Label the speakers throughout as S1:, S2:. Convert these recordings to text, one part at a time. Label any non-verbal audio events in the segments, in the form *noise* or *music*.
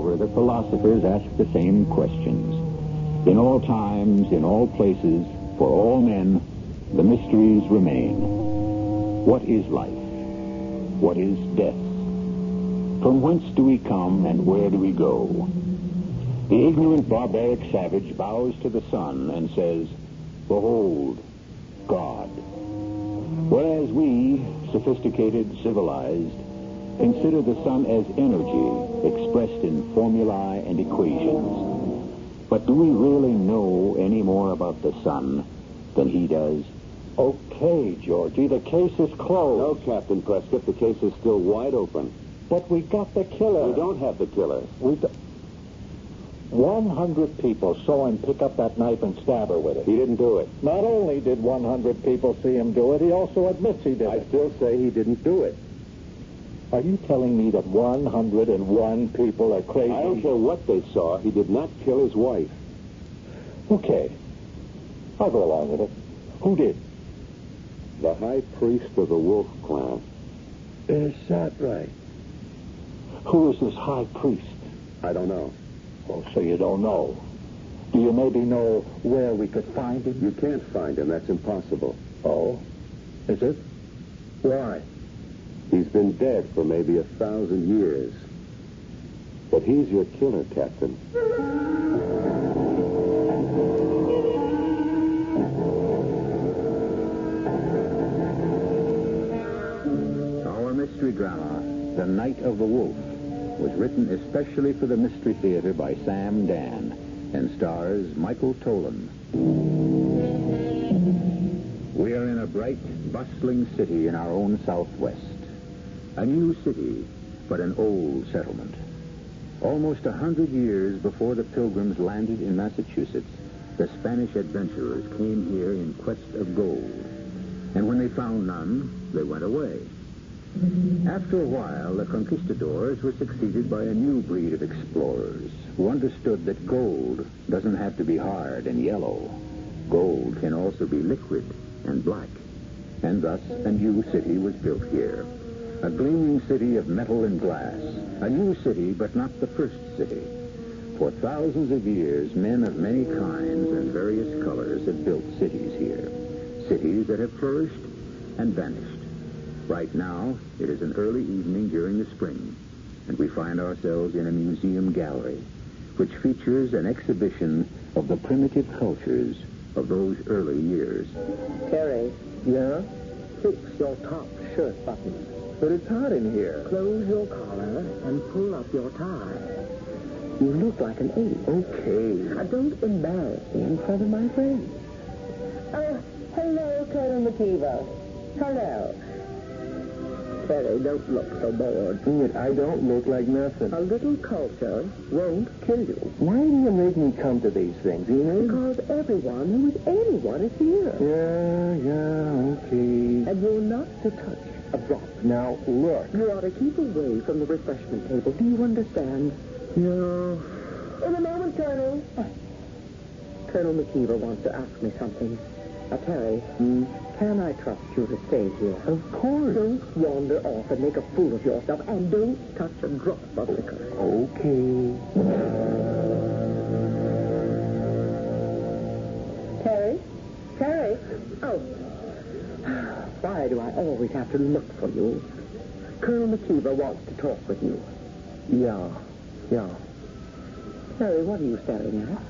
S1: philosophers ask the same questions. In all times, in all places, for all men, the mysteries remain. What is life? What is death? From whence do we come and where do we go? The ignorant barbaric savage bows to the sun and says, Behold, God. Whereas we, sophisticated, civilized, consider the sun as energy expressed in formulae and equations. But do we really know any more about the sun than he does?
S2: Okay, Georgie, the case is
S3: No,
S2: closed.
S3: Captain Prescott, the case is still wide open.
S2: But we got the killer.
S3: We don't have the killer.
S2: We do 100 people saw him pick up that knife and stab her with it.
S3: He didn't do it.
S2: Not only did 100 people see him do it, he also admits he did
S3: I
S2: it.
S3: still say he didn't do it.
S2: Are you telling me that 101 people are crazy?
S3: I don't care what they saw. He did not kill his wife.
S2: Okay. I'll go along with it. Who did?
S3: The high priest of the Wolf Clan.
S4: Is that right?
S2: Who is this high priest?
S3: I don't know.
S2: Oh, so you don't know. Do you maybe know where we could find him?
S3: You can't find him. That's impossible.
S2: Oh, is it? Why?
S3: He's been dead for maybe a thousand years. But he's your killer, Captain.
S1: Our mystery drama, The Night of the Wolf, was written especially for the Mystery Theater by Sam Dan and stars Michael Tolan. We are in a bright, bustling city in our own southwest. A new city, but an old settlement. Almost a hundred years before the pilgrims landed in Massachusetts, the Spanish adventurers came here in quest of gold. And when they found none, they went away. After a while, the conquistadors were succeeded by a new breed of explorers who understood that gold doesn't have to be hard and yellow. Gold can also be liquid and black. And thus, a new city was built here. A gleaming city of metal and glass. A new city, but not the first city. For thousands of years, men of many kinds and various colors have built cities here. Cities that have flourished and vanished. Right now, it is an early evening during the spring, and we find ourselves in a museum gallery which features an exhibition of the primitive cultures of those early years.
S4: Terry. Yeah? Fix your top shirt button. But it's hot in here. Close your collar and pull up your tie. You look like an ape. Okay. Now don't embarrass me in front of my friends. Uh, hello, Colonel McKeever. Hello. Terry, don't look so bored. I don't look like nothing. A little culture won't kill you. Why do you make me come to these things, Enid? Because everyone who is anyone is here. Yeah, yeah, okay. And you're not to touch a drop. Now, look. You ought to keep away from the refreshment table. Do you understand? Yeah. In a moment, Colonel. Colonel McKeever wants to ask me something. Now, Terry, can I trust you to stay here? Of course. Don't wander off and make a fool of yourself, and don't touch a drop of liquor. Okay. Terry? Terry? Oh. Why do I always have to look for you? Colonel McKeever wants to talk with you. Yeah, yeah. Terry, what are you staring at?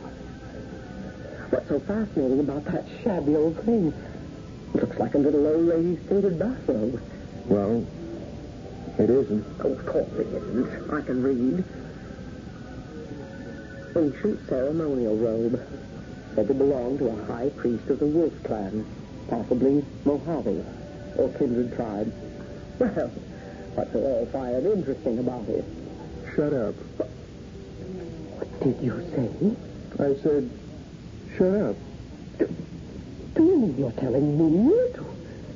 S4: What's so fascinating about that shabby old thing? Looks like a little old lady's faded bathrobe. Well, it isn't. Oh, of course it isn't. I can read. Ancient ceremonial robe. Said to belong to a high priest of the Wolf clan, possibly Mojave or kindred tribe. Well, what's so all fired interesting about it? Shut up. What did you say? I said, Shut up. Do you mean you're telling me to?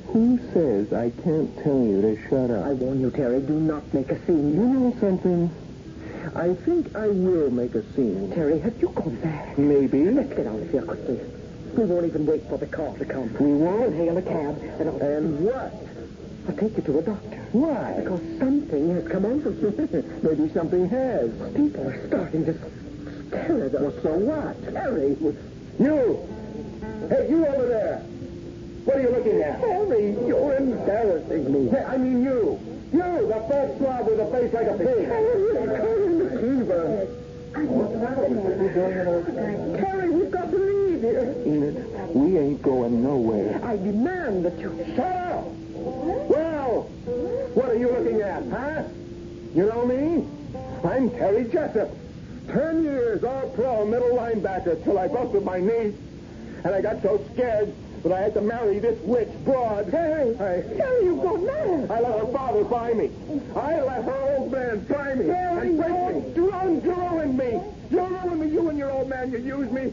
S4: Who says I can't tell you to shut up? I warn you, Terry, do not make a scene. You know something? I think I will make a scene. Terry, have you gone mad? Maybe. Let's get out of here quickly. We won't even wait for the car to come. We won't. Hail a cab. And, and what?
S5: I'll take you to a doctor. Why? Because something has come over you. *laughs* Maybe something has. People are starting to scare them. Well, so what? Harry. You! Hey, you over there! What are you looking at? Harry, you're embarrassing me. Hey, I mean you. You, the fat slob with a face like a pig. Eva. Harry, we've got to leave here.
S4: Enid, we ain't going nowhere.
S5: I demand that you shut up. Well, what are you looking at, huh? You know me? I'm Terry Jessup. Ten years all pro middle linebacker till I busted my knee, and I got so scared that I had to marry this witch broad. Terry, I, Terry, you go mad. I let her father buy me. I let her old man buy me. Terry, and break me. You ruined, you ruined me. You ruined me. You and your old man. You used me.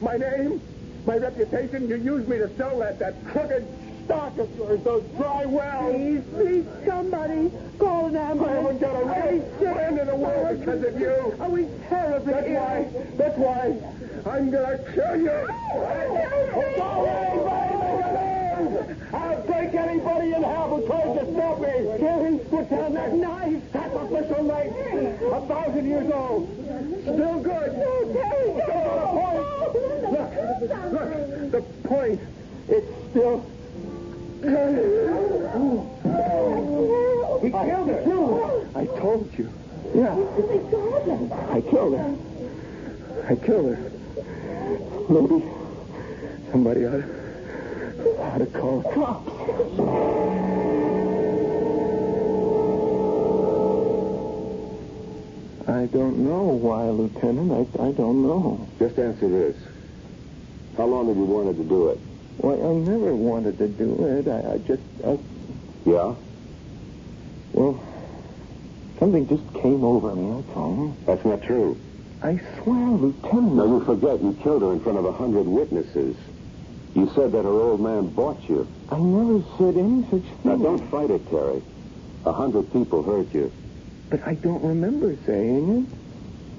S5: My name, my reputation. You used me to sell that that crooked stock of yours. Those dry wells. Please, please, somebody call an ambulance. I haven't got a right friend in the world because of you. I was terribly That's why. That's why I'm gonna kill you. It's all anybody make a I'll break anybody in half who tries to stop me. Terry, put down that knife. Sacrificial knife. A thousand years old. Still good. No, Terry, Look, look, the point. It's still he killed her. I told you. Yeah. I killed her. I killed her. Maybe somebody ought to, ought to call the cops. I don't know why, Lieutenant. I, I don't know.
S6: Just answer this. How long have you wanted to do it?
S4: Why, I never wanted to do it. I, I just, I,
S6: Yeah?
S4: well, something just came over me, that's all.
S6: That's not true.
S4: I swear, Lieutenant.
S6: Now, you forget you killed her in front of a hundred witnesses. You said that her old man bought you.
S4: I never said any such thing.
S6: Now, don't fight it, Terry. A hundred people heard you.
S4: But I don't remember saying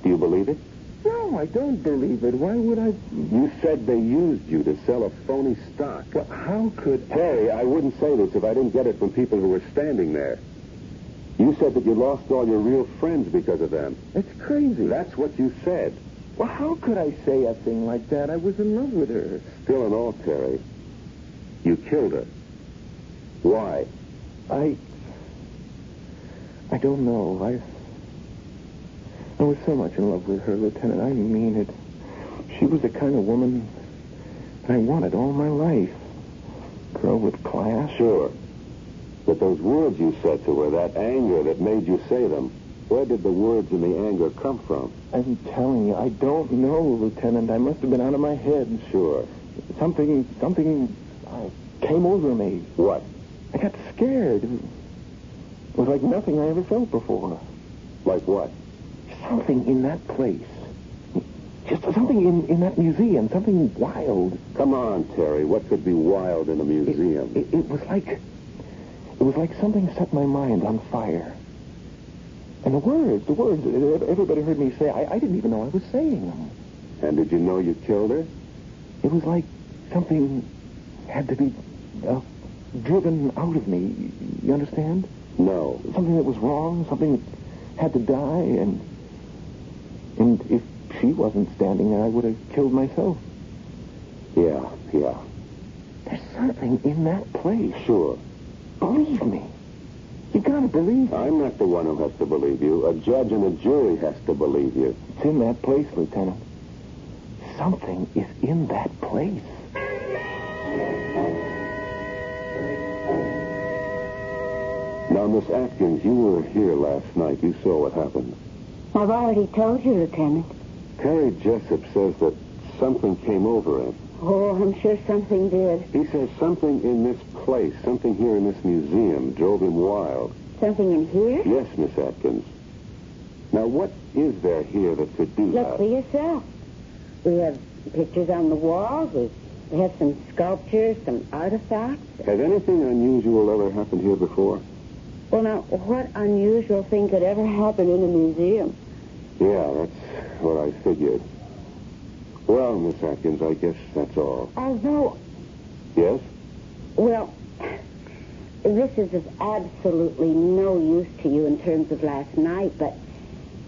S6: Do you believe it?
S4: it. No, I don't believe it. Why would I?
S6: You said they used you to sell a phony stock.
S4: Well, how could
S6: Terry, I wouldn't say this if I didn't get it from people who were standing there. You said that you lost all your real friends because of them.
S4: That's crazy.
S6: That's what you said.
S4: Well, how could I say a thing like that? I was in love with her.
S6: Still in all, Terry, you killed her. Why?
S4: I. I don't know. I. I was so much in love with her, Lieutenant. I mean it. She was the kind of woman that I wanted all my life. Girl with class.
S6: Sure. But those words you said to her, that anger that made you say them, where did the words and the anger come from?
S4: I'm telling you, I don't know, Lieutenant. I must have been out of my head.
S6: Sure.
S4: Something, something uh, came over me.
S6: What?
S4: I got scared. It was like nothing I ever felt before.
S6: Like what?
S4: Something in that place. Just something in, in that museum. Something wild.
S6: Come on, Terry. What could be wild in a
S4: It-
S6: museum?
S4: It, it was like. It was like something set my mind on fire. And the words, the words, everybody heard me say, I, I didn't even know I was saying them.
S6: And did you know you killed her?
S4: It was like something had to be uh, driven out of me. You understand?
S6: No.
S4: Something that was wrong, something that had to die, and and if she wasn't standing there, I would have killed myself.
S6: Yeah, yeah.
S4: There's something in that place.
S6: Sure.
S4: Believe me. You gotta believe me.
S6: I'm not the one who has to believe you. A judge and a jury has to believe you.
S4: It's in that place, Lieutenant. Something is in that place.
S6: Now, Miss Atkins, you were here last night. You saw what happened.
S7: I've already told you, Lieutenant.
S6: Terry Jessup says that something came over him.
S7: Oh, I'm sure something did.
S6: He says something in this place, something here in this museum, drove him wild.
S7: Something in here?
S6: Yes, Miss Atkins. Now, what is there here that could do
S7: Look
S6: that?
S7: for yourself. We have pictures on the walls. We, we have some sculptures, some artifacts.
S6: Has anything unusual ever happened here before?
S7: Well, now, what unusual thing could ever happen in a museum?
S6: Yeah, that's what I figured. Well, Miss Atkins, I guess that's all.
S7: Although,
S6: Yes?
S7: well, this is of absolutely no use to you in terms of last night, but,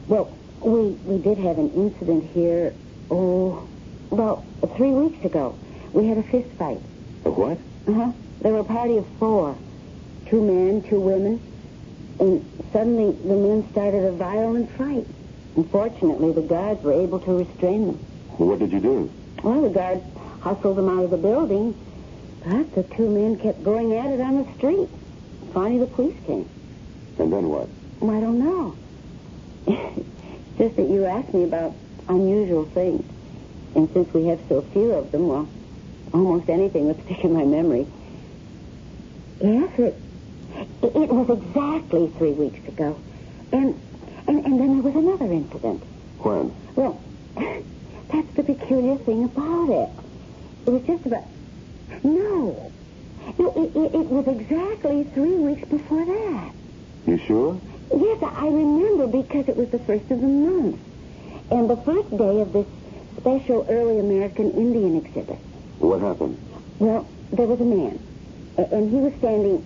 S7: well, we, we did have an incident here, oh, well, three weeks ago. We had a fist fight.
S6: A what?
S7: Uh-huh. There were a party of four. Two men, two women. And suddenly the men started a violent fight. Unfortunately, the guards were able to restrain them.
S6: Well, what did you do?
S7: Well, the guards hustled them out of the building, but the two men kept going at it on the street. Finally, the police came.
S6: And then what?
S7: Well, I don't know. *laughs* Just that you asked me about unusual things. And since we have so few of them, well, almost anything would stick in my memory. Yes, it it was exactly three weeks ago. And and, and then there was another incident.
S6: When?
S7: Well, *laughs* that's the peculiar thing about it. It was just about. No. No, it, it, it was exactly three weeks before that.
S6: You sure?
S7: Yes, I I remember because it was the first of the month. And the first day of this special early American Indian exhibit.
S6: What happened?
S7: Well, there was a man, a- and he was standing,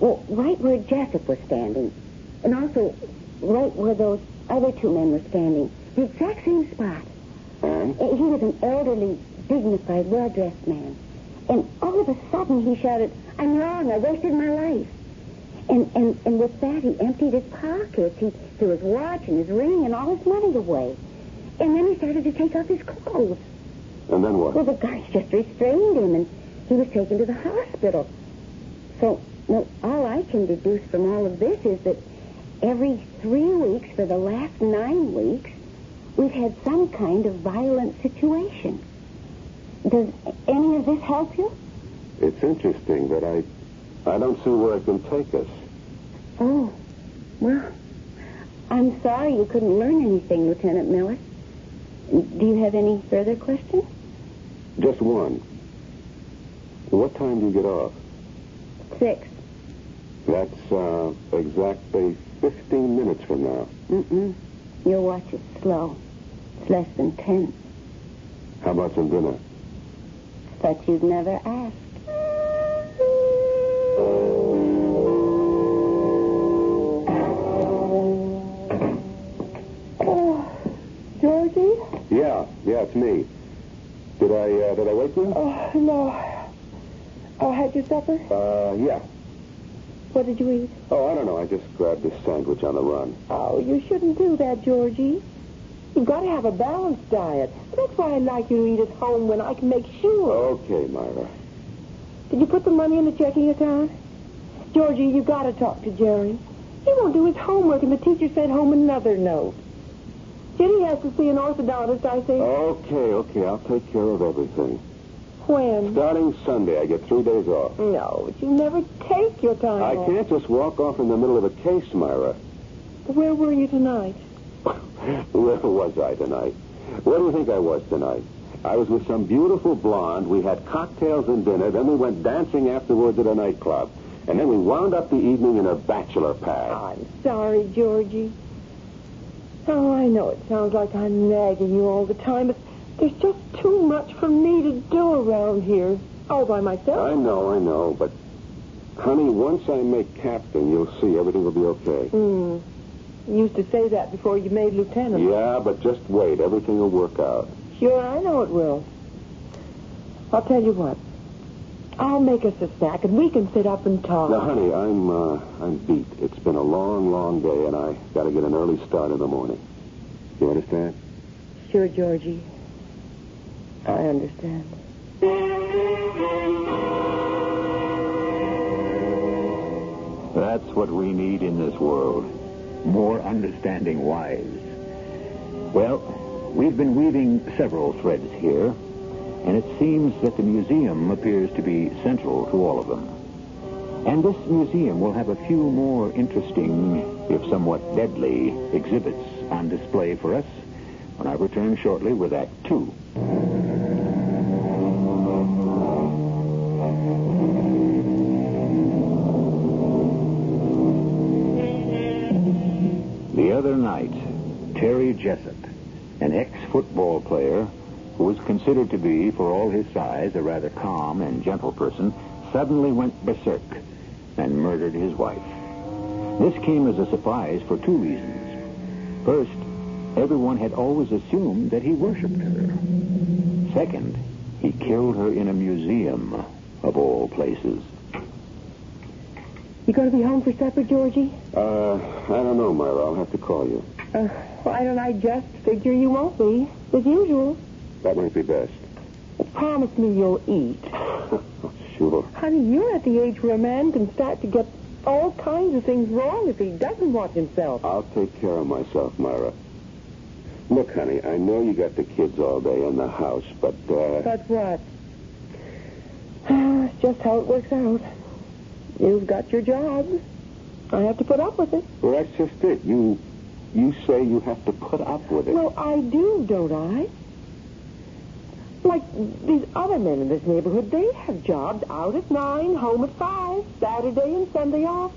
S7: well, right where Jessup was standing, and also right where those other two men were standing, the exact same spot.
S6: And?
S7: Uh, He was an elderly, dignified, well-dressed man, and all of a sudden he shouted, "I'm wrong! I wasted my life!" And and and with that he emptied his pockets, he threw his watch and his ring and all his money away, and then he started to take off his clothes.
S6: And then
S7: Well,
S6: what?
S7: the guards just restrained him, and he was taken to the hospital. So, well, all I can deduce from all of this is that every three weeks for the last nine weeks, we've had some kind of violent situation. Does any of this help you?
S6: It's interesting, but I, I don't see where it can take us.
S7: Oh, well, I'm sorry you couldn't learn anything, Lieutenant Miller. Do you have any further questions?
S6: Just one. What time do you get off?
S7: Six.
S6: That's uh, exactly 15 minutes from now.
S7: Mm-mm. Your watch is slow. It's less than ten.
S6: How about some dinner?
S7: But you'd never asked.
S8: Oh, Georgie?
S6: Yeah, yeah, it's me. Did I uh, did I wake you?
S8: Oh, no. Oh, had your supper?
S6: Uh, yeah.
S8: What did you eat?
S6: Oh, I don't know. I just grabbed this sandwich on the run.
S8: Oh, you shouldn't do that, Georgie. You've got to have a balanced diet. That's why I like you to eat at home when I can make sure.
S6: Okay, Myra.
S8: Did you put the money in the checking account? Georgie, you got to talk to Jerry. He won't do his homework, and the teacher sent home another note. Jenny has to see an orthodontist, I think.
S6: Okay, okay. I'll take care of everything.
S8: when?
S6: Starting Sunday, I get three days off.
S8: No, but you never take your time
S6: I
S8: off.
S6: can't just walk off in the middle of a case, Myra.
S8: Where were you tonight?
S6: Where was I tonight? Where do you think I was tonight? I was with some beautiful blonde. We had cocktails and dinner. Then we went dancing afterwards at a nightclub. And then we wound up the evening in a bachelor pad.
S8: I'm sorry, Georgie. Oh, I know it sounds like I'm nagging you all the time, but there's just too much for me to do around here. All by myself.
S6: I know, I know, but honey, once I make captain, you'll see everything will be okay.
S8: Hmm. You used to say that before you made lieutenant.
S6: Yeah, but just wait. Everything will work out.
S8: Sure, I know it will. I'll tell you what. I'll make us a snack, and we can sit up and talk.
S6: Now, honey, I'm uh, I'm beat. It's been a long, long day, and I got to get an early start in the morning. You understand?
S8: Sure, Georgie. I understand.
S1: That's what we need in this world. More understanding wives. Well, we've been weaving several threads here, and it seems that the museum appears to be central to all of them. And this museum will have a few more interesting, if somewhat deadly, exhibits on display for us when I return shortly with Act Two. The other night, Terry Jessup, an ex-football player who was considered to be, for all his size, a rather calm and gentle person, suddenly went berserk and murdered his wife. This came as a surprise for two reasons. First, everyone had always assumed that he worshipped her. Second, he killed her in a museum, of all places.
S8: You going to be home for supper, Georgie?
S6: Uh, I don't know, Myra. I'll have to call you.
S8: Uh, why don't I just figure you won't be, as usual?
S6: That might be best.
S8: Promise me you'll eat.
S6: Oh, sure.
S8: Honey, you're at the age where a man can start to get all kinds of things wrong if he doesn't watch himself.
S6: I'll take care of myself, Myra. Look, honey, I know you got the kids all day in the house, but, uh...
S8: But what? It's *sighs* just how it works out. You've got your job. I have to put up with it.
S6: Well, that's just it. You you say you have to put up with it.
S8: Well, I do, don't I? Like these other men in this neighborhood, they have jobs out at nine, home at five, Saturday and Sunday off.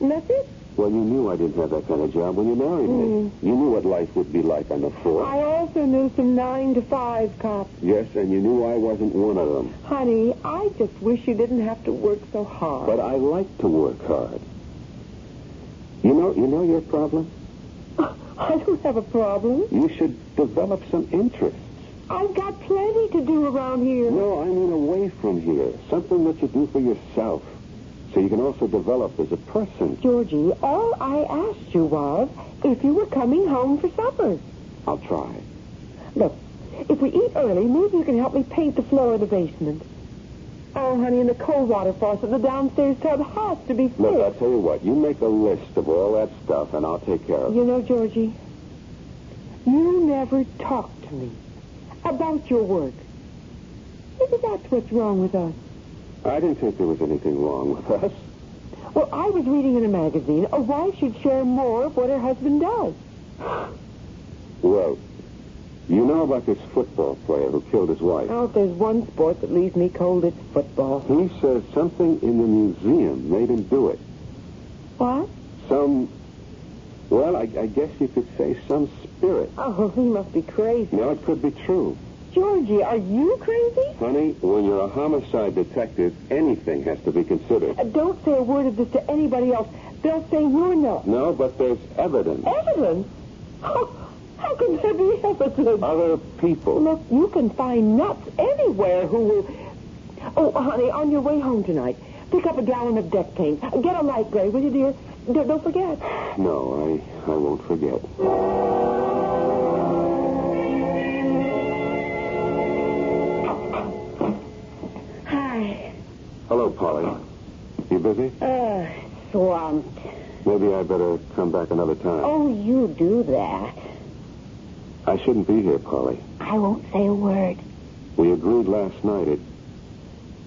S8: And that's it.
S6: Well, you knew I didn't have that kind of job when you married me. You knew what life would be like on the floor.
S8: I also knew some nine to five cops.
S6: Yes, and you knew I wasn't one of them.
S8: Honey, I just wish you didn't have to work so hard.
S6: But I like to work hard. You know, you know your problem.
S8: *laughs* I don't have a problem.
S6: You should develop some interests.
S8: I've got plenty to do around here.
S6: No, I mean away from here. Something that you do for yourself, so you can also develop as a person.
S8: Georgie, all I asked you was if you were coming home for supper.
S6: I'll try.
S8: Look, if we eat early, maybe you can help me paint the floor of the basement. Oh, honey, and the cold water faucet in the downstairs tub has to be fixed.
S6: Look, I'll tell you what. You make a list of all that stuff, and I'll take care of it.
S8: You know, Georgie, you never talk to me about your work. Maybe that's what's wrong with us.
S6: I didn't think there was anything wrong with us.
S8: Well, I was reading in a magazine a wife should share more of what her husband does.
S6: Well, you know about this football player who killed his wife.
S8: Now, if there's one sport that leaves me cold, it's football.
S6: He says something in the museum made him do it.
S8: What?
S6: Some, well, I, I guess you could say some spirit.
S8: Oh, he must be crazy.
S6: Now, it could be true.
S8: Georgie, are you crazy?
S6: Honey, when you're a homicide detective, anything has to be considered.
S8: Uh, Don't say a word of this to anybody else. They'll say you're nuts.
S6: No, but there's evidence.
S8: Evidence? How, how can there be evidence?
S6: Other people.
S8: Look, you can find nuts anywhere who will. Oh, honey, on your way home tonight, pick up a gallon of deck paint. Get a light gray, will you, dear? Don't, don't forget.
S6: No, I, I won't forget.
S7: Hi.
S6: Hello, Polly. You busy?
S7: Uh, swamped.
S6: Maybe I better come back another time.
S7: Oh, you do that.
S6: I shouldn't be here, Polly.
S7: I won't say a word.
S6: We agreed last night it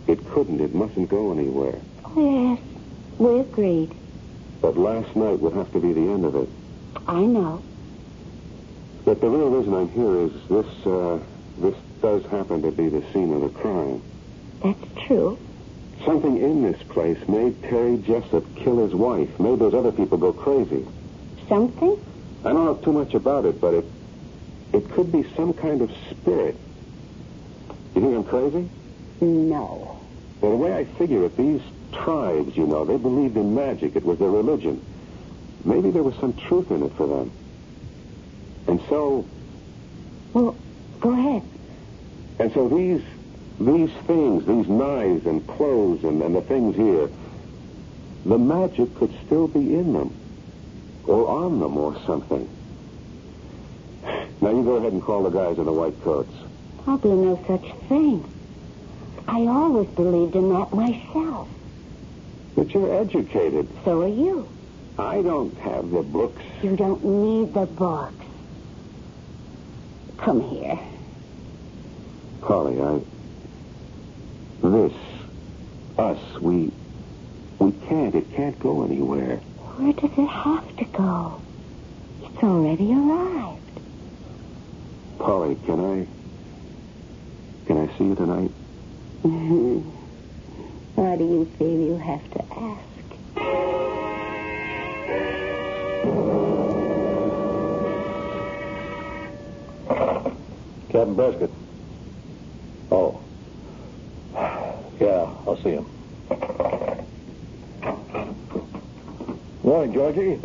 S6: it couldn't, it mustn't go anywhere.
S7: Yes, we agreed.
S6: But last night would have to be the end of it.
S7: I know.
S6: But the real reason I'm here is this uh, this does happen to be the scene of the crime.
S7: That's true.
S6: Something in this place made Terry Jessup kill his wife, made those other people go crazy.
S7: Something?
S6: I don't know too much about it, but it it could be some kind of spirit. You think I'm crazy?
S7: No.
S6: Well, the way I figure it, these tribes, you know, they believed in magic. It was their religion. Maybe there was some truth in it for them. And so,
S7: Well, go ahead.
S6: and so these, these things, these knives and clothes and, and the things here, the magic could still be in them, or on them, or something. Now you go ahead and call the guys in the white coats.
S7: Probably no such thing. I always believed in that myself.
S6: But you're educated.
S7: So are you.
S6: I don't have the books.
S7: You don't need the books. Come here.
S6: Polly, I. This, us, we. We can't. It can't go anywhere.
S7: Where does it have to go? It's already arrived.
S6: Polly, can I. Can I see you tonight?
S7: Why do you feel you have to ask?
S9: Captain Prescott.
S6: uh,
S9: Oh. Yeah, I'll see him.
S4: Morning, Georgie.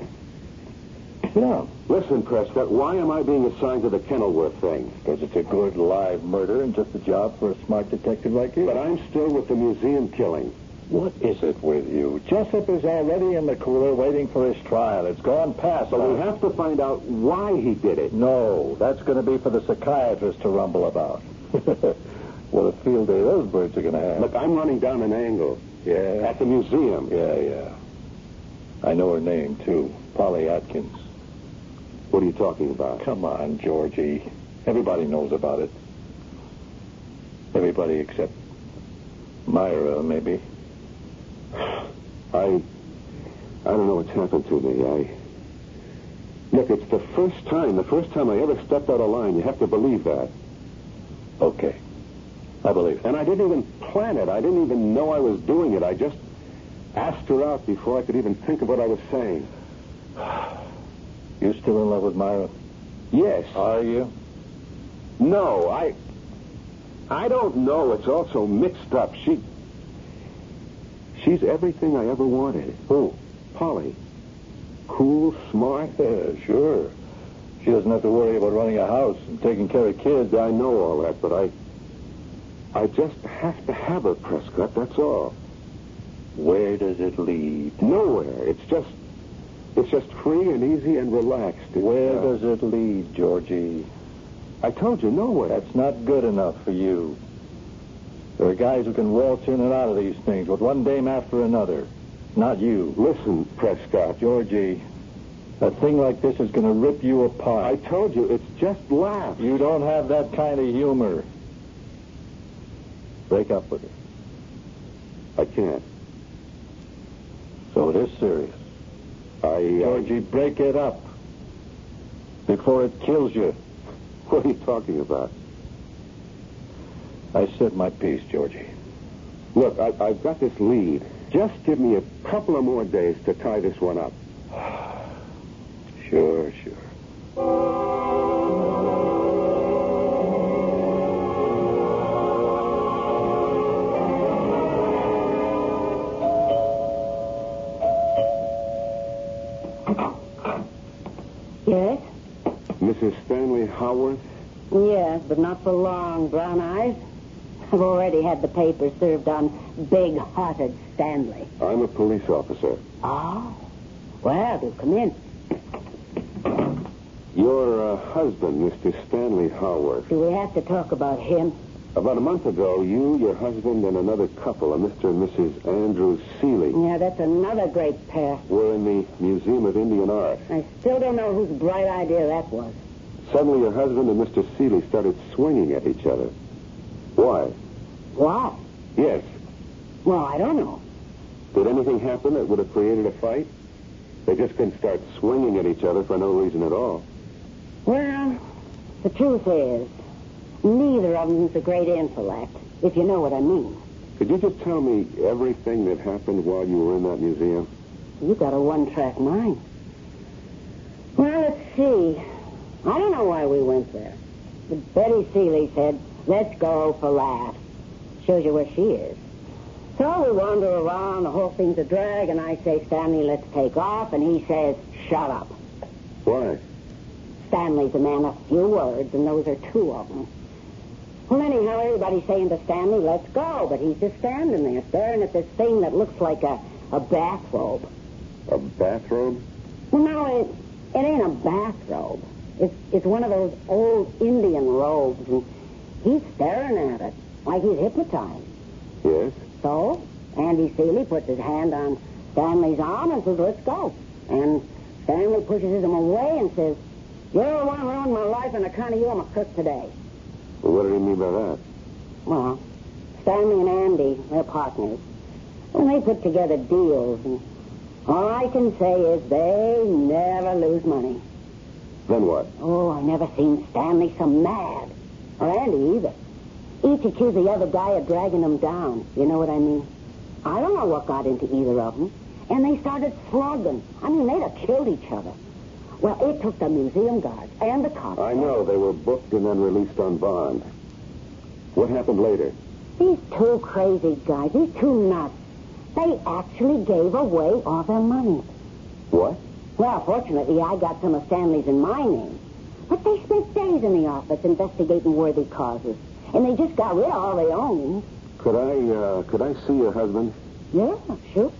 S4: Sit down.
S6: Listen, Prescott, why am I being assigned to the Kenilworth thing?
S4: Because it's a good live murder and just a job for a smart detective like you.
S6: But I'm still with the museum killing.
S4: What is it with you? Jessup is already in the cooler waiting for his trial. It's gone past.
S6: But we
S4: that.
S6: have to find out why he did it.
S4: No, that's going to be for the psychiatrist to rumble about. *laughs* what a field day those birds are going to have.
S6: Look, I'm running down an angle
S4: yeah,
S6: at the museum.
S4: yeah, yeah. I know her name, too. Polly Atkins.
S6: What are you talking about?
S4: Come on, Georgie. Everybody knows about it. Everybody except Myra, maybe. *sighs*
S6: I, I don't know what's happened to me. I look, it's the first time, the first time I ever stepped out of line. You have to believe that.
S4: Okay. I believe it.
S6: And I didn't even plan it. I didn't even know I was doing it. I just asked her out before I could even think of what I was saying.
S4: You still in love with Myra?
S6: Yes.
S4: Are you?
S6: no, I. I don't know. It's all so mixed up. She. She's everything I ever wanted.
S4: Who?
S6: Polly. Cool, smart.
S4: Yeah, sure. She doesn't have to worry about running a house and taking care of kids.
S6: I know all that, but I. I just have to have her, Prescott, that's all.
S4: Where does it lead?
S6: Nowhere. It's just. It's just free and easy and relaxed. It's,
S4: Where
S6: uh,
S4: does it lead, Georgie?
S6: I told you, nowhere.
S4: That's not good enough for you. There are guys who can waltz in and out of these things with one dame after another. Not you.
S6: Listen, Prescott.
S4: Georgie, a thing like this is going to rip you apart.
S6: I told you, it's just laughs.
S4: You don't have that kind of humor. Break up with her.
S6: I can't.
S4: So it is serious.
S6: I. uh,
S4: Georgie, break it up before it kills you.
S6: *laughs* What are you talking about?
S4: I said my piece, Georgie.
S6: Look, I, I've got this lead. Just give me a couple of more days to tie this one up.
S4: *sighs* Sure, sure.
S7: Yes?
S6: Mrs. Stanley Howarth?
S7: Yes, but not for long, Brown Eyes. I've already had the papers served on big hearted Stanley.
S6: I'm a police officer.
S7: Oh. Well, do come in.
S6: Your uh, husband, Mr. Stanley Howarth.
S7: Do we have to talk about him?
S6: About a month ago, you, your husband, and another couple, a Mr. and Mrs. Andrew Seeley,
S7: Yeah, that's another great pair.
S6: were in the Museum of Indian Art.
S7: I still don't know whose bright idea that was.
S6: Suddenly, your husband and Mr. Seeley started swinging at each other. Why?
S7: Why?
S6: Yes.
S7: Well, I don't know.
S6: Did anything happen that would have created a fight? They just couldn't start swinging at each other for no reason at all.
S7: Well, the truth is, neither of them's a great intellect, if you know what I mean.
S6: Could you just tell me everything that happened while you were in that museum?
S7: You got a one-track mind. Well, let's see. I don't know why we went there. But Betty Seeley said, let's go for laughs. Shows you where she is. So we wander around, the whole thing's a drag, and I say, Stanley, let's take off, and he says, shut up.
S6: Why?
S7: Stanley's a man of few words, and those are two of them. Well, anyhow, everybody's saying to Stanley, let's go, but he's just standing there, staring at this thing that looks like a, a bathrobe.
S6: A bathrobe?
S7: Well, no, it, it ain't a bathrobe. It's, it's one of those old Indian robes, and he's staring at it like he's hypnotized.
S6: Yes.
S7: So, Andy Seeley puts his hand on Stanley's arm and says, let's go. And Stanley pushes him away and says, you're the one who ruined my life, and account of you, I'm a cook today.
S6: Well, what did he mean by that?
S7: Well, Stanley and Andy, they're partners. And they put together deals, and all I can say is they never lose money.
S6: Then what?
S7: Oh, I never seen Stanley so mad. Or Andy either. Each accused the other guy of dragging him down. You know what I mean? I don't know what got into either of them. And they started slugging. I mean, they'd have killed each other. Well, it took the museum guards and the cops.
S6: I know they were booked and then released on bond. What happened later?
S7: These two crazy guys, these two nuts, they actually gave away all their money.
S6: What?
S7: Well, fortunately, I got some of Stanley's in my name. But they spent days in the office investigating worthy causes, and they just got rid of all they owned.
S6: Could I, uh, could I see your husband?
S7: Yeah, sure.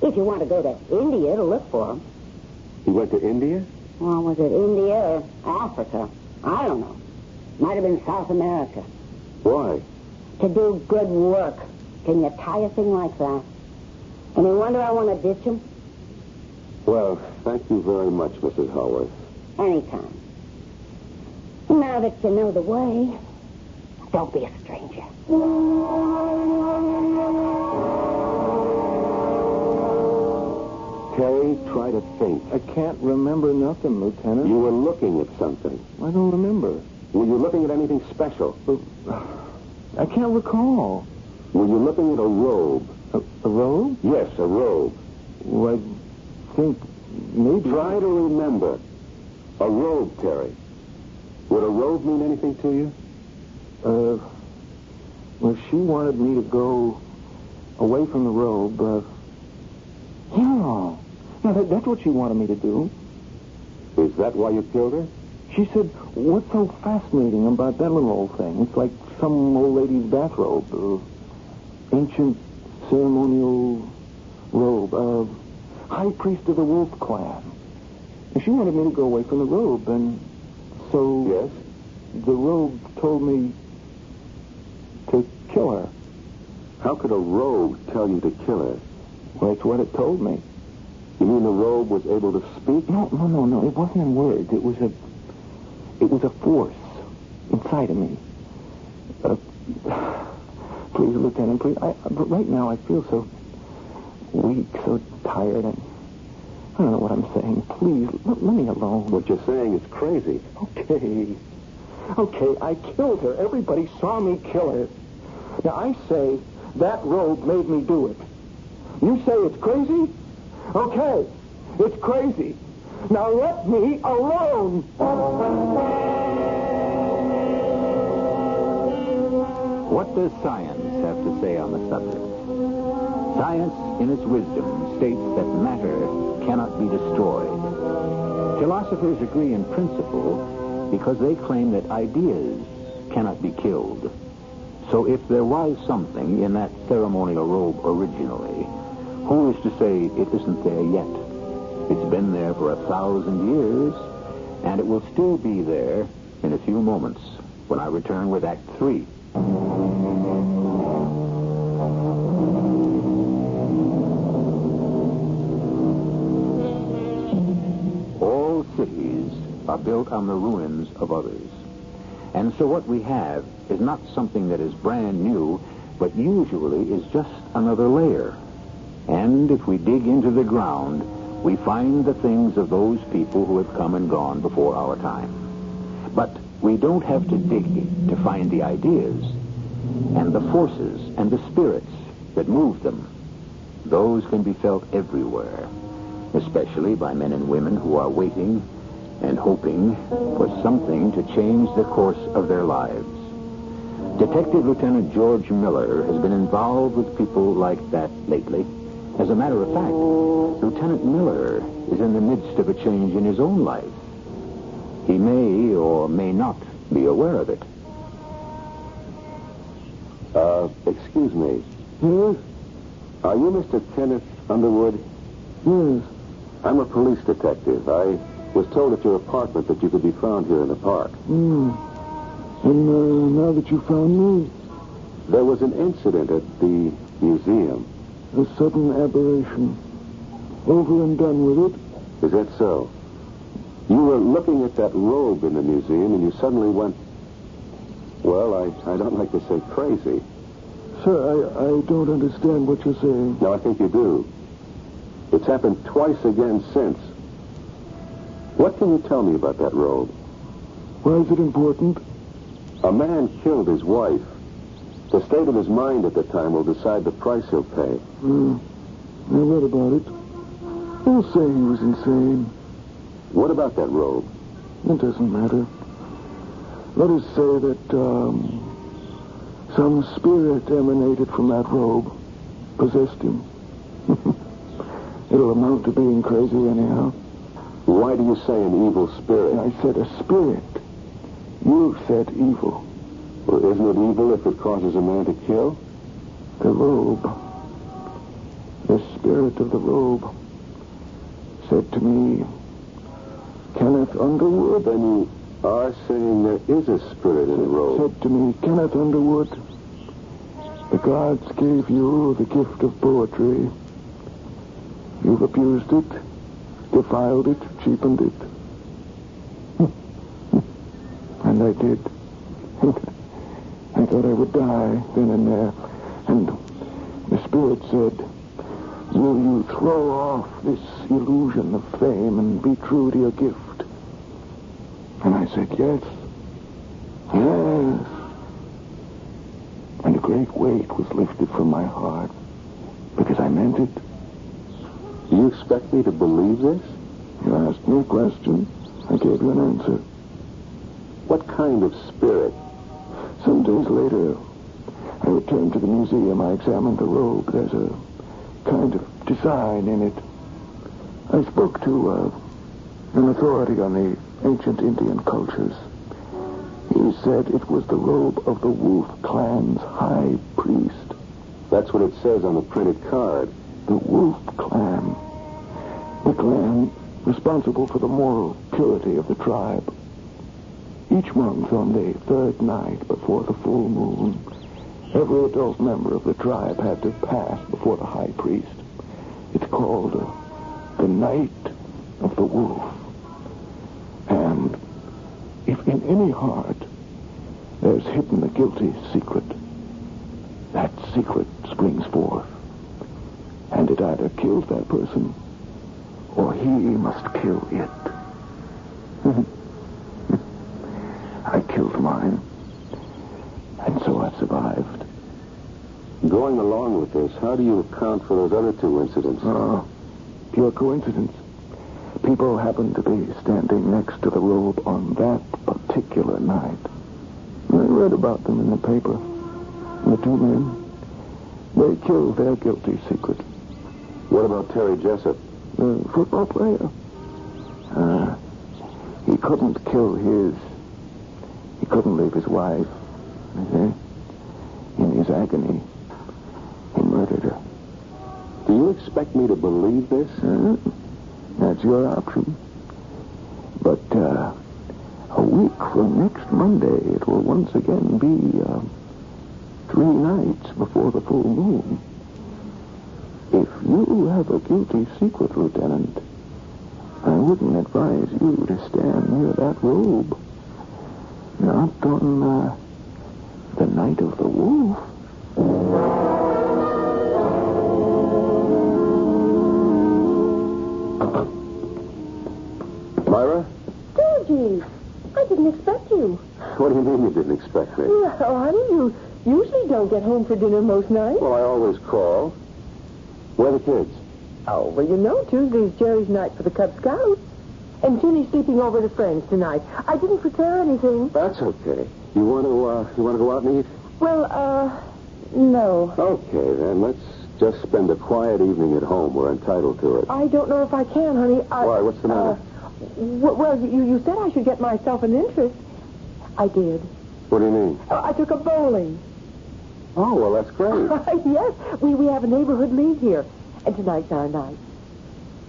S7: If you want to go to India to look for them.
S6: He went to India?
S7: Well, was it India or Africa? I don't know. Might have been South America.
S6: Why?
S7: To do good work. Can you tie a thing like that? Any wonder I want to ditch him?
S6: Well, thank you very much, Mrs. Howard.
S7: Anytime. Now that you know the way, don't be a stranger.
S6: Terry, try to think.
S4: I can't remember nothing, Lieutenant.
S6: You were looking at something.
S4: I don't remember.
S6: Were you looking at anything special?
S4: I can't recall.
S6: Were you looking at a robe?
S4: A, a robe?
S6: Yes, a robe.
S4: Well, I think maybe.
S6: Try to remember. A robe, Terry. Would a robe mean anything to you?
S4: Uh, well, she wanted me to go away from the robe. Uh, yeah. Yeah, that, that's what she wanted me to do.
S6: Is that why you killed her?
S4: She said, what's so fascinating about that little old thing? It's like some old lady's bathrobe. Uh, ancient ceremonial robe. Uh, high priest of the wolf clan. And she wanted me to go away from the robe, and so...
S6: Yes.
S4: The robe told me to kill her.
S6: How could a robe tell you to kill her?
S4: Well, that's what it told me.
S6: You mean the robe was able to speak?
S4: No, no, no, no. It wasn't in words. It was a, it was a force inside of me. Uh, *sighs* please, Lieutenant, please. I, but right now I feel so weak, so tired. I, I don't know what I'm saying. Please, l- let me alone.
S6: What you're saying is crazy.
S4: Okay. Okay, I killed her. Everybody saw me kill her. Now, I say that robe made me do it. You say it's crazy? Okay, it's crazy. Now let me alone.
S1: What does science have to say on the subject? Science, in its wisdom, states that matter cannot be destroyed. Philosophers agree in principle because they claim that ideas cannot be killed. So if there was something in that ceremonial robe originally, who is to say it isn't there yet? It's been there for a thousand years, and it will still be there in a few moments when I return with Act Three. All cities are built on the ruins of others. And so what we have is not something that is brand new, but usually is just another layer. And if we dig into the ground, we find the things of those people who have come and gone before our time. But we don't have to dig to find the ideas and the forces and the spirits that move them. Those can be felt everywhere, especially by men and women who are waiting and hoping for something to change the course of their lives. Detective Lieutenant George Miller has been involved with people like that lately. As a matter of fact, Lieutenant Miller is in the midst of a change in his own life. He may or may not be aware of it.
S6: Uh, excuse me.
S4: Yes,
S6: Are you Mr. Kenneth Underwood?
S4: yes.
S6: I'm a police detective. I was told at your apartment that you could be found here in the park.
S4: Mm. And uh, now that you found me,
S6: There was an incident at the museum.
S4: a sudden aberration. Over and done with it.
S6: Is that so? You were looking at that robe in the museum and you suddenly went, well, I, I don't like to say crazy.
S4: Sir, I, I don't understand what you're saying.
S6: No, I think you do. It's happened twice again since. What can you tell me about that robe?
S4: Why is it important?
S6: A man killed his wife. The state of his mind at the time will decide the price he'll pay.
S4: Mm. I read about it. I'll say he was insane.
S6: What about that robe?
S4: It doesn't matter. Let us say that um, some spirit emanated from that robe, possessed him. *laughs* It'll amount to being crazy anyhow.
S6: Why do you say an evil
S4: And
S6: spirit?
S4: I said a spirit. You said evil.
S6: Well, isn't it evil if it causes a man to kill?
S4: The robe. The spirit of the robe said to me, Kenneth Underwood.
S6: Then you are saying there is a spirit in the robe.
S4: said to me, Kenneth Underwood, the gods gave you the gift of poetry. You've abused it, defiled it, cheapened it. *laughs* and I did. *laughs* I thought I would die then and there. And the Spirit said, Will you throw off this illusion of fame and be true to your gift? And I said, Yes. Yes. And a great weight was lifted from my heart because I meant it.
S6: Do you expect me to believe this?
S4: You asked me a question. I gave you an answer.
S6: What kind of spirit?
S4: Some days later, I returned to the museum. I examined the robe. There's a kind of design in it. I spoke to uh, an authority on the ancient Indian cultures. He said it was the robe of the Wolf Clan's high priest.
S6: That's what it says on the printed card.
S4: The Wolf Clan. The clan responsible for the moral purity of the tribe. Each month on the third night before the full moon, every adult member of the tribe had to pass before the high priest. It's called uh, the Night of the Wolf. And if in any heart there's hidden a guilty secret, that secret springs forth and it either kills that person or he must kill it. I killed mine, and so I survived.
S6: Going along with this, how do you account for those other two incidents?
S4: Oh, pure coincidence. People happened to be standing next to the robe on that particular night. I read about them in the paper. The two men, they killed their guilty secret.
S6: What about Terry Jessup?
S4: the football player. Uh, he couldn't kill his. He couldn't leave his wife. Okay? In his agony, he murdered her.
S6: Do you expect me to believe this?
S4: Huh? Uh, That's your option. But uh, a week from next Monday, it will once again be uh, three nights before the full moon. If you have a guilty secret, Lieutenant, I wouldn't advise you to stand near that robe. Not on uh, the night of the wolf.
S6: Myra?
S8: Georgie, I didn't expect you.
S6: What do you mean you didn't expect me?
S8: Well, honey, you usually don't get home for dinner most nights.
S6: Well, I always call. Where are the kids?
S8: Oh, well, you know Tuesday's Jerry's night for the Cub Scouts. And Ginny's sleeping over to friends tonight. I didn't prepare anything.
S6: That's okay. You want to uh, you want to go out and eat?
S8: Well, uh, no.
S6: Okay, then let's just spend a quiet evening at home. We're entitled to it.
S8: I don't know if I can, honey. I,
S6: Why, what's the matter?
S8: Uh, w- well, you, you said I should get myself an interest. I did.
S6: What do you mean?
S8: Uh, I took a bowling.
S6: Oh, well, that's great.
S8: yes, we, we have a neighborhood league here. And tonight's our night.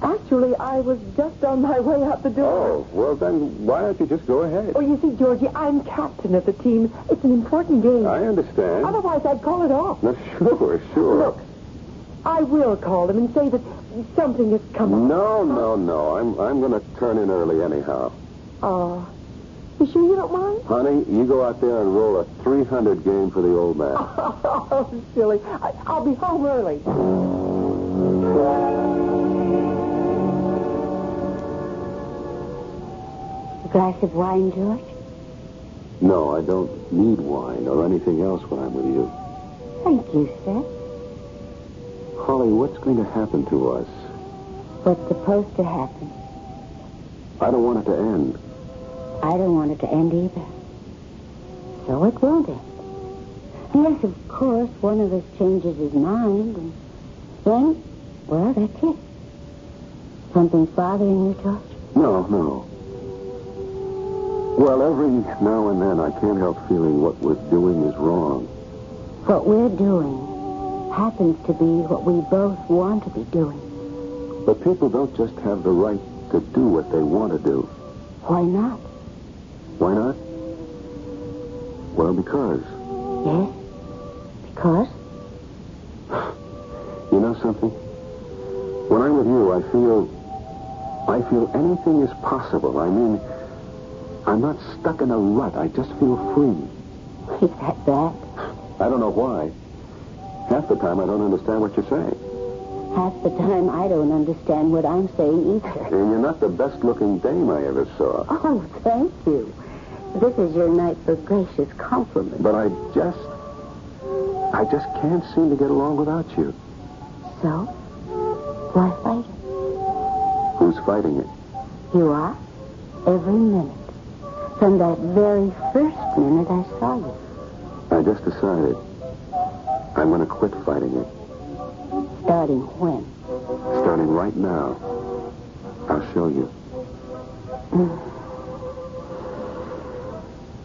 S8: Actually, I was just on my way out the door. Oh,
S6: Oh, well then, why don't you just go ahead?
S8: you see, Georgie, I'm captain of the team. It's an important game.
S6: I understand.
S8: Otherwise, I'd call it off.
S6: No, sure, sure.
S8: Look, I will call them and say that something has come up.
S6: No, no, no. I'm I'm going to turn in early anyhow.
S8: Oh. You sure you don't mind? *laughs*
S6: Honey, you go out there and roll a 300 game for the old man.
S8: Oh, silly. I, I'll be home early.
S7: A glass of wine, George?
S6: No, I don't need wine or anything else when I'm with you.
S7: Thank you, sir.
S6: Holly, what's going to happen to us?
S7: What's supposed to happen?
S6: I don't want it to end.
S7: I don't want it to end either. So it won't end. Unless, of course, one of us changes his mind, and then, well, that's it. Something's bothering you, George?
S6: No, no. Well, every now and then I can't help feeling what we're doing is wrong.
S7: What we're doing happens to be what we both want to be doing.
S6: But people don't just have the right to do what they want to do.
S7: Why not?
S6: Why not? Well, because.
S7: Yes? Because? *laughs*
S6: You know something? When I'm with you, I feel. I feel anything is possible. I mean, I'm not stuck in a rut. I just feel free.
S7: Is that that?
S6: I don't know why. Half the time, I don't understand what you're saying.
S7: Half the time I don't understand what I'm saying either.
S6: And you're not the best looking dame I ever saw.
S7: Oh, thank you. This is your night for gracious compliments.
S6: But I just. I just can't seem to get along without you.
S7: So? Why fight?
S6: Who's fighting it?
S7: You are? Every minute. From that very first minute I saw you.
S6: I just decided I'm going to quit fighting it.
S7: Starting when?
S6: Starting right now, I'll show you.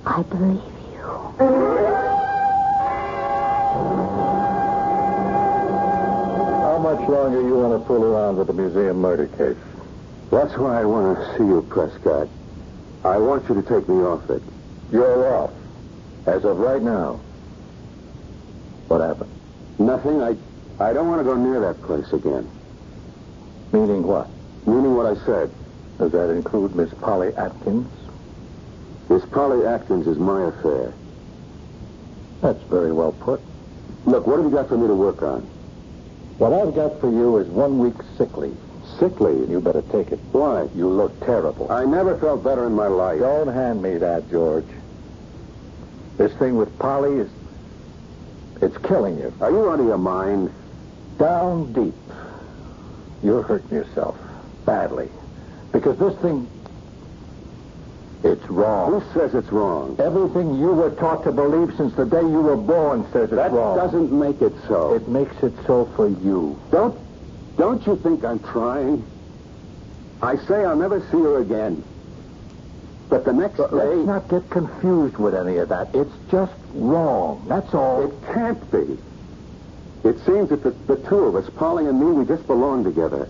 S7: I believe you.
S9: How much longer you want to fool around with the museum murder case?
S6: That's why I want to see you, Prescott. I want you to take me off it.
S9: You're off. As of right now. What happened?
S6: Nothing. I, I don't want to go near that place again.
S9: Meaning what?
S6: Meaning what I said.
S9: Does that include Miss Polly Atkins?
S6: This Polly Atkins is my affair.
S9: That's very well put.
S6: Look, what have you got for me to work on?
S9: What I've got for you is one week's sick leave.
S6: Sick leave.
S9: You better take it.
S6: Why?
S9: You look terrible.
S6: I never felt better in my life.
S9: Don't hand me that, George. This thing with Polly is. It's killing you.
S6: Are you out of your mind?
S9: Down deep. You're hurting yourself. Badly. Because this thing. It's
S6: Who
S9: wrong.
S6: says it's wrong?
S9: Everything you were taught to believe since the day you were born says it's
S6: that
S9: wrong.
S6: doesn't make it so.
S9: It makes it so for you.
S6: Don't, don't you think I'm trying? I say I'll never see her again. But the next day,
S9: Let's not get confused with any of that. It's just wrong. That's all.
S6: it can't be. It seems that the, the two of us, Polly and me, we just belong together.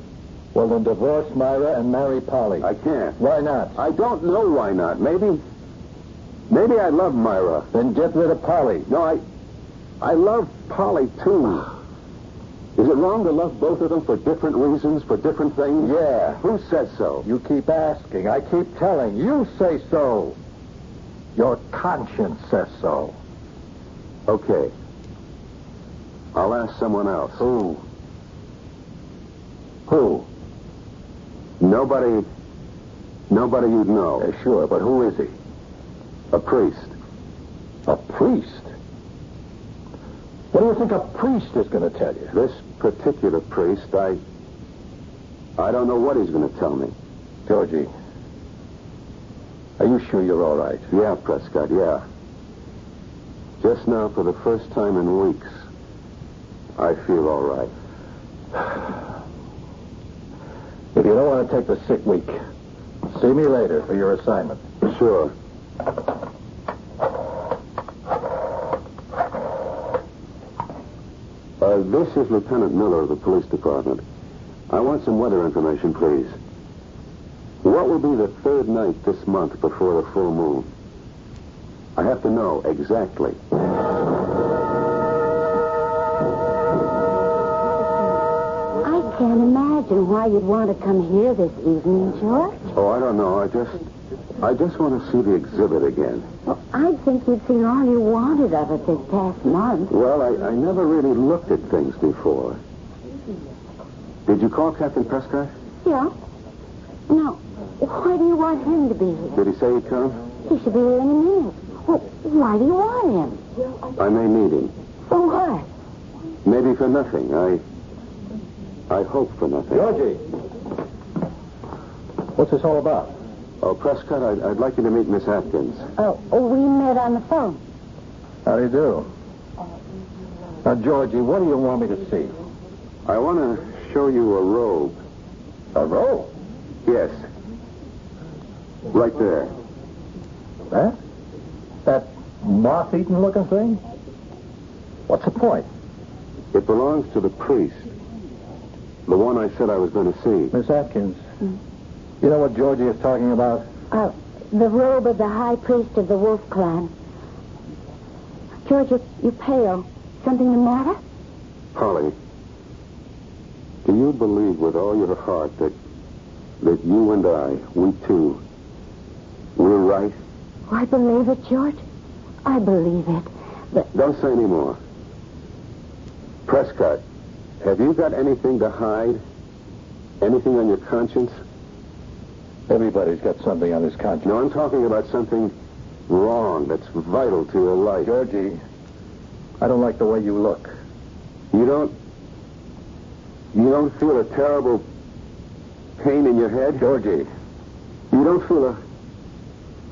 S9: Well, then divorce Myra and marry Polly.
S6: I can't.
S9: Why not?
S6: I don't know why not. Maybe, maybe I love Myra.
S9: Then get rid of Polly.
S6: No, I, I love Polly
S9: *sighs*
S6: too. Is it wrong to love both of them for different reasons, for different things?
S9: Yeah.
S6: Who says so?
S9: You keep asking. I keep telling. You say so. Your conscience says so.
S6: Okay. I'll ask someone else.
S9: Who? Who?
S6: Nobody. Nobody you'd know.
S9: Uh, sure, but who is he?
S6: A priest.
S9: A priest? What do you think a priest is going to tell you?
S6: This particular priest, I. I don't know what he's going to tell me.
S9: Georgie, are you sure you're all right?
S6: Yeah, Prescott, yeah. Just now, for the first time in weeks, I feel all right.
S9: If you don't want to take the sick week, see me later for your assignment.
S6: Sure. Uh, this is Lieutenant Miller of the police department. I want some weather information, please. What will be the third night this month before the full moon? I have to know exactly.
S7: I can't imagine why you'd want to come here this evening, George.
S6: Oh, I don't know. I just, I just want to see the exhibit again.
S7: Well, I think you'd seen all you wanted of it this past month.
S6: Well, I, I never really looked at things before. Did you call Captain Prescott?
S7: Yeah. Now, why do you want him to be here?
S6: Did he say he'd come?
S7: He should be here any minute. Well, why do you want him?
S6: I may need him.
S7: For
S10: Oh,
S7: what?
S6: Maybe for nothing. I. I hope for nothing.
S9: Georgie! What's this all about?
S6: Oh, Prescott, I'd, I'd like you to meet Miss Atkins.
S7: Oh, oh, we met on the phone. Uh,
S9: How do you do? Now, Georgie, what do you want me to see?
S6: I want to show you a robe. A roll? Yes. Right there.
S9: That? Eh? That moth-eaten looking thing? What's the point?
S6: It belongs to the priest. The one I said I was going to see.
S9: Miss Atkins, you know what Georgie is talking about?
S10: Uh, the robe of the high priest of the wolf clan. George, you- you pale. Something the matter?
S6: Polly, do you believe with all your heart that that you and I, we two, we're right?
S10: Oh, I believe it, George. I believe it. But
S6: Don't say any more. Prescott, have you got anything to hide? Anything on your conscience?
S9: Everybody's got something on his conscience.
S6: No, I'm talking about something wrong that's vital to your life.
S9: Georgie, I don't like the way you look.
S6: You don't. You don't feel a terrible pain in your head, Georgie. You don't feel a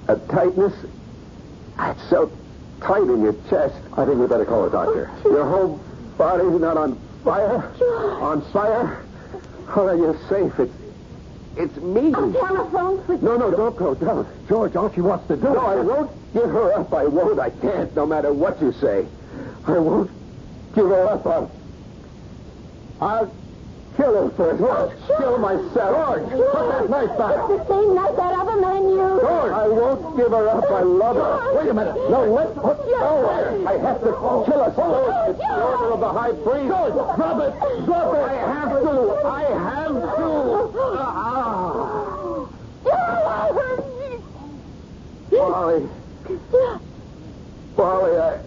S6: a tightness. Ah, It's so tight in your chest. Oh, I think we better call a doctor. Your whole body's not on fire. On fire. Oh, then you're safe. It's it's me.
S10: telephone for
S6: No, no, don't go, don't. George, all she wants to do. No, I won't give her up. I won't. I can't, no matter what you say. I won't give her up. I'll, I'll kill her first. I'll kill myself. George, put that knife back.
S10: It's the same night that other man used.
S6: George, I won't give her up. I love her. Wait a minute. No, let put go. I have to kill us. George, it's the order of the high priest. George, drop it. Drop it. I have to. I have to. Ah. Polly. Polly, I.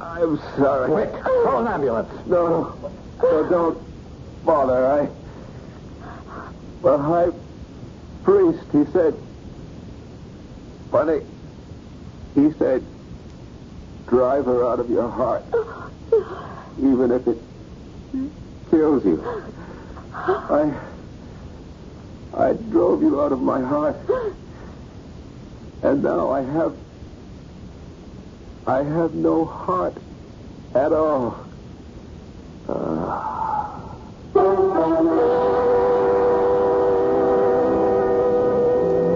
S6: I'm sorry. Quick, call an ambulance. No, no, don't bother. I. The high priest, he said. Funny. He said, drive her out of your heart, even if it kills you. I. I drove you out of my heart. And now I have. I have no heart at all. Ah.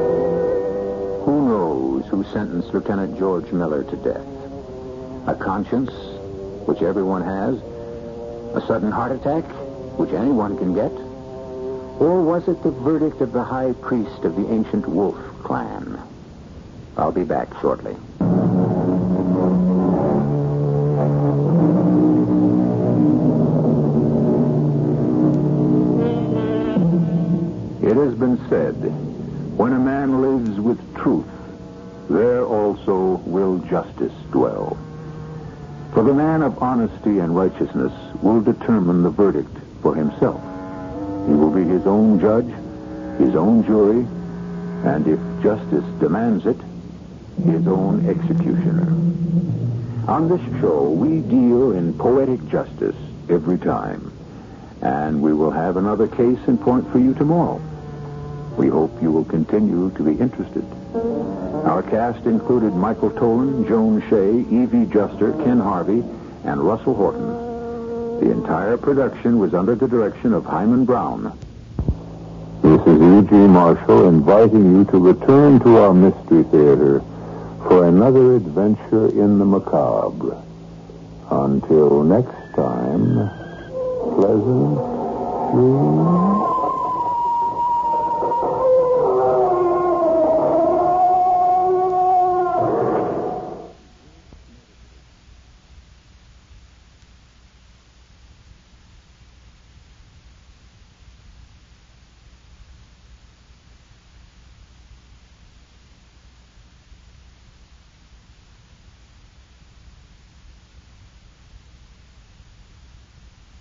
S1: Who knows who sentenced Lieutenant George Miller to death? A conscience, which everyone has? A sudden heart attack, which anyone can get? Or was it the verdict of the high priest of the ancient wolf clan? I'll be back shortly. It has been said, when a man lives with truth, there also will justice dwell. For the man of honesty and righteousness will determine the verdict for himself. He will be his own judge, his own jury, and if justice demands it, his own executioner. On this show, we deal in poetic justice every time. And we will have another case in point for you tomorrow. We hope you will continue to be interested. Our cast included Michael Tolan, Joan Shea, Evie Juster, Ken Harvey, and Russell Horton. The entire production was under the direction of Hyman Brown.
S6: This is E.G. Marshall inviting you to return to our Mystery Theater for another adventure in the macabre. Until next time, pleasant dreams.